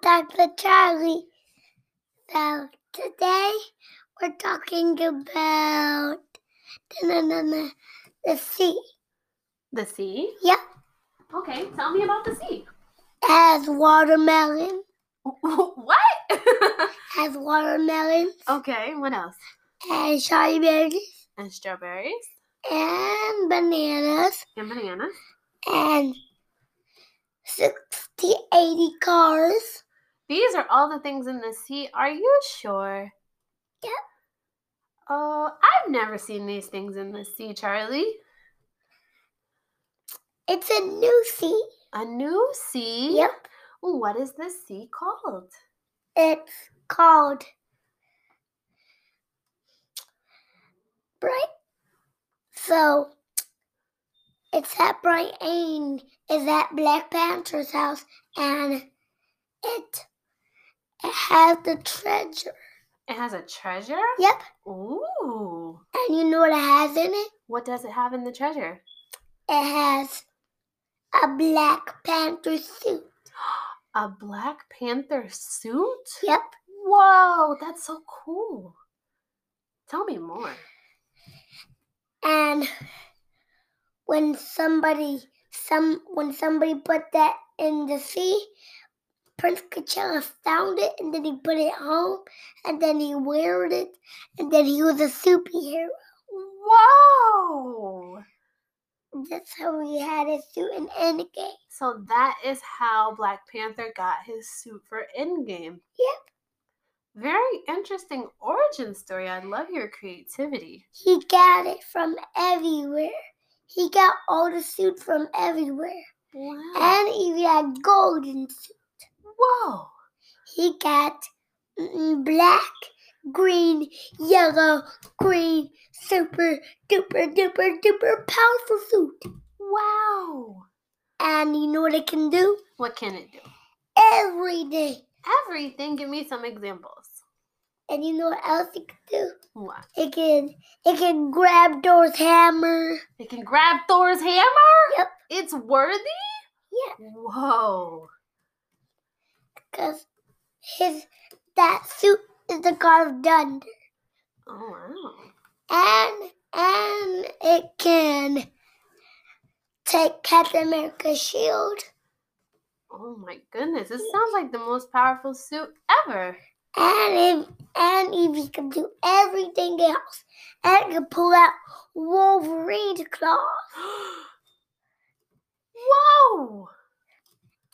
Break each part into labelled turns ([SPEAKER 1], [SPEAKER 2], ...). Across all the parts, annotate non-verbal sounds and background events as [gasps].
[SPEAKER 1] Dr. Charlie. So today we're talking about the, the sea.
[SPEAKER 2] The sea?
[SPEAKER 1] Yep,
[SPEAKER 2] Okay, tell me about the sea.
[SPEAKER 1] has watermelon,
[SPEAKER 2] [laughs] what? [laughs]
[SPEAKER 1] has watermelon,
[SPEAKER 2] okay, what else?
[SPEAKER 1] and strawberry berries,
[SPEAKER 2] And strawberries
[SPEAKER 1] and bananas,
[SPEAKER 2] and bananas.
[SPEAKER 1] and 60, 80 cars.
[SPEAKER 2] These are all the things in the sea. Are you sure?
[SPEAKER 1] Yep.
[SPEAKER 2] Oh, I've never seen these things in the sea, Charlie.
[SPEAKER 1] It's a new sea.
[SPEAKER 2] A new sea?
[SPEAKER 1] Yep,
[SPEAKER 2] What is the sea called?
[SPEAKER 1] it's called Bright. So it's at Bright Ain is at Black Panther's house, and it it has the treasure.
[SPEAKER 2] It has a treasure?
[SPEAKER 1] Yep,
[SPEAKER 2] Ooh.
[SPEAKER 1] and you know what it has in it?
[SPEAKER 2] What does it have in the treasure?
[SPEAKER 1] It has a Black Panther suit.
[SPEAKER 2] A Black Panther suit?
[SPEAKER 1] Yep.
[SPEAKER 2] Whoa, that's so cool. Tell me more.
[SPEAKER 1] and when somebody some when somebody put that in the sea prince coachella found it and then he put it home and then he wore it and then he was a superhero
[SPEAKER 2] Whoa!
[SPEAKER 1] that's how he had his suit in endgame
[SPEAKER 2] So that is how Black Panther got his suit for Endgame. Yep. Very interesting origin story. I love your creativity.
[SPEAKER 1] he got it from everywhere he got all the suits from everywhere
[SPEAKER 2] Wow.
[SPEAKER 1] and he had golden suit
[SPEAKER 2] Whoa.
[SPEAKER 1] he got mm, black, green, yellow, green, super duper duper duper powerful suit.
[SPEAKER 2] Wow.
[SPEAKER 1] And you know what it can do?
[SPEAKER 2] What can it do?
[SPEAKER 1] Every day.
[SPEAKER 2] Everything. Give me some examples.
[SPEAKER 1] And you know what else it can do?
[SPEAKER 2] What?
[SPEAKER 1] It can it can grab Thor's hammer.
[SPEAKER 2] It can grab Thor's hammer?
[SPEAKER 1] Yep.
[SPEAKER 2] It's worthy?
[SPEAKER 1] Yeah.
[SPEAKER 2] Whoa.
[SPEAKER 1] Cause his that suit is the god of thunder.
[SPEAKER 2] Oh, wow.
[SPEAKER 1] And and it can take Captain America's shield.
[SPEAKER 2] Oh my goodness, this sounds like the most powerful suit ever. [gasps]
[SPEAKER 1] And if and if he can do everything else, and he can pull out Wolverine's claw
[SPEAKER 2] Whoa!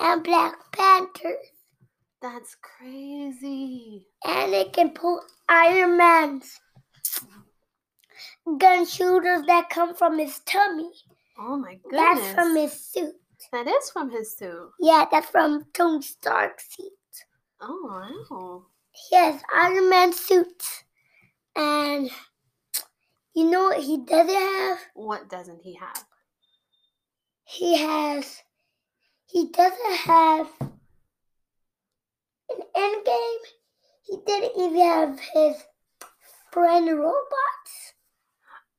[SPEAKER 1] and Black Panther,
[SPEAKER 2] That's crazy.
[SPEAKER 1] and it can pull Iron Man's gun shooters that come from his tummy.
[SPEAKER 2] Oh my goodness.
[SPEAKER 1] That's from his suit.
[SPEAKER 2] That is from his suit.
[SPEAKER 1] Yeah, that's from Tony Stark's suit.
[SPEAKER 2] Oh wow.
[SPEAKER 1] He has Iron Man suit, and you know what he doesn't have?
[SPEAKER 2] What doesn't he have?
[SPEAKER 1] He has. He doesn't have an end game. He didn't even have his friend robots.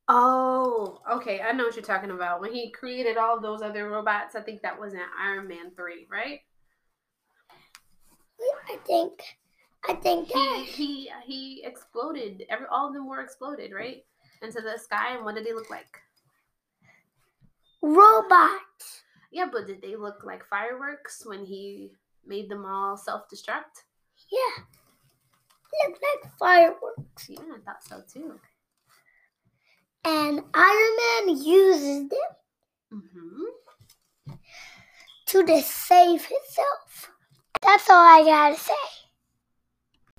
[SPEAKER 2] Oh, okay. I know what you're talking about. When he created all those other robots, I think that was in Iron Man 3, right?
[SPEAKER 1] I think. I think uh,
[SPEAKER 2] He
[SPEAKER 1] that
[SPEAKER 2] he he exploded. Every all of them were exploded, right? Into the sky and what did they look like?
[SPEAKER 1] robots.
[SPEAKER 2] Yeah, but did they look like fireworks when he made them all self destruct?
[SPEAKER 1] Yeah. Look like fireworks.
[SPEAKER 2] Yeah, I thought so too.
[SPEAKER 1] And Iron Man uses them
[SPEAKER 2] hmm
[SPEAKER 1] to just save himself. That's all I gotta say.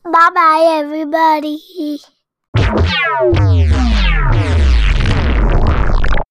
[SPEAKER 1] Bye bye, everybody.